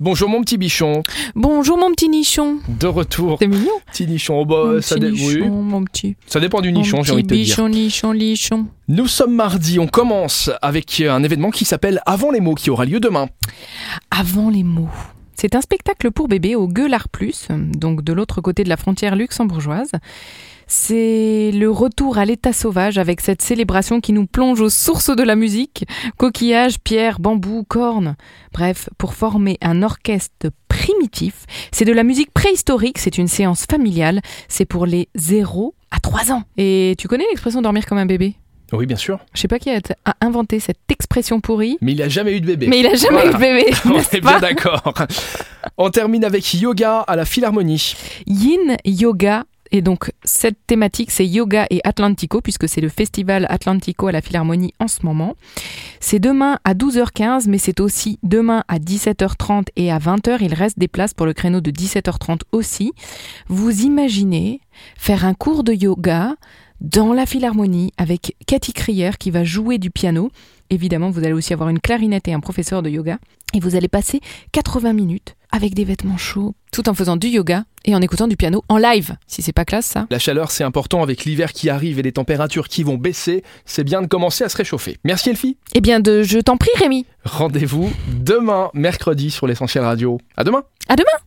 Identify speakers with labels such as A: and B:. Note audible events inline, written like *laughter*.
A: Bonjour mon petit bichon,
B: Bonjour mon petit nichon.
A: de retour.
B: C'est mignon.
A: Petit nichon, oh, bah,
B: mon
A: ça,
B: petit
A: dé- oui,
B: nichon, mon petit.
A: ça dépend du
B: mon
A: nichon, j'ai
B: petit
A: envie de te dire.
B: Nichon, nichon, nichon.
A: Nous sommes mardi, on commence avec un événement qui s'appelle Avant les mots qui aura lieu demain.
B: Avant les mots. C'est un spectacle pour bébés au Gueulard Plus, donc de l'autre côté de la frontière luxembourgeoise. C'est le retour à l'état sauvage avec cette célébration qui nous plonge aux sources de la musique, coquillages, pierres, bambous, cornes. Bref, pour former un orchestre primitif, c'est de la musique préhistorique, c'est une séance familiale, c'est pour les 0 à 3 ans. Et tu connais l'expression dormir comme un bébé
A: Oui, bien sûr.
B: Je sais pas qui a, a inventé cette expression pourrie,
A: Mais il a jamais eu de bébé.
B: mais il a jamais eu de bébé.
A: *laughs* on
B: n'est-ce
A: est bien
B: pas
A: d'accord. on termine avec yoga à la Philharmonie.
B: Yin Yoga. Et donc, cette thématique, c'est yoga et Atlantico, puisque c'est le festival Atlantico à la Philharmonie en ce moment. C'est demain à 12h15, mais c'est aussi demain à 17h30 et à 20h. Il reste des places pour le créneau de 17h30 aussi. Vous imaginez faire un cours de yoga dans la Philharmonie avec Cathy Crier qui va jouer du piano. Évidemment, vous allez aussi avoir une clarinette et un professeur de yoga. Et vous allez passer 80 minutes avec des vêtements chauds, tout en faisant du yoga et en écoutant du piano en live. Si c'est pas classe, ça.
A: La chaleur, c'est important avec l'hiver qui arrive et les températures qui vont baisser. C'est bien de commencer à se réchauffer. Merci Elfie.
B: Eh bien, de, je t'en prie, Rémi.
A: Rendez-vous demain, mercredi, sur l'essentiel radio. À demain.
B: À demain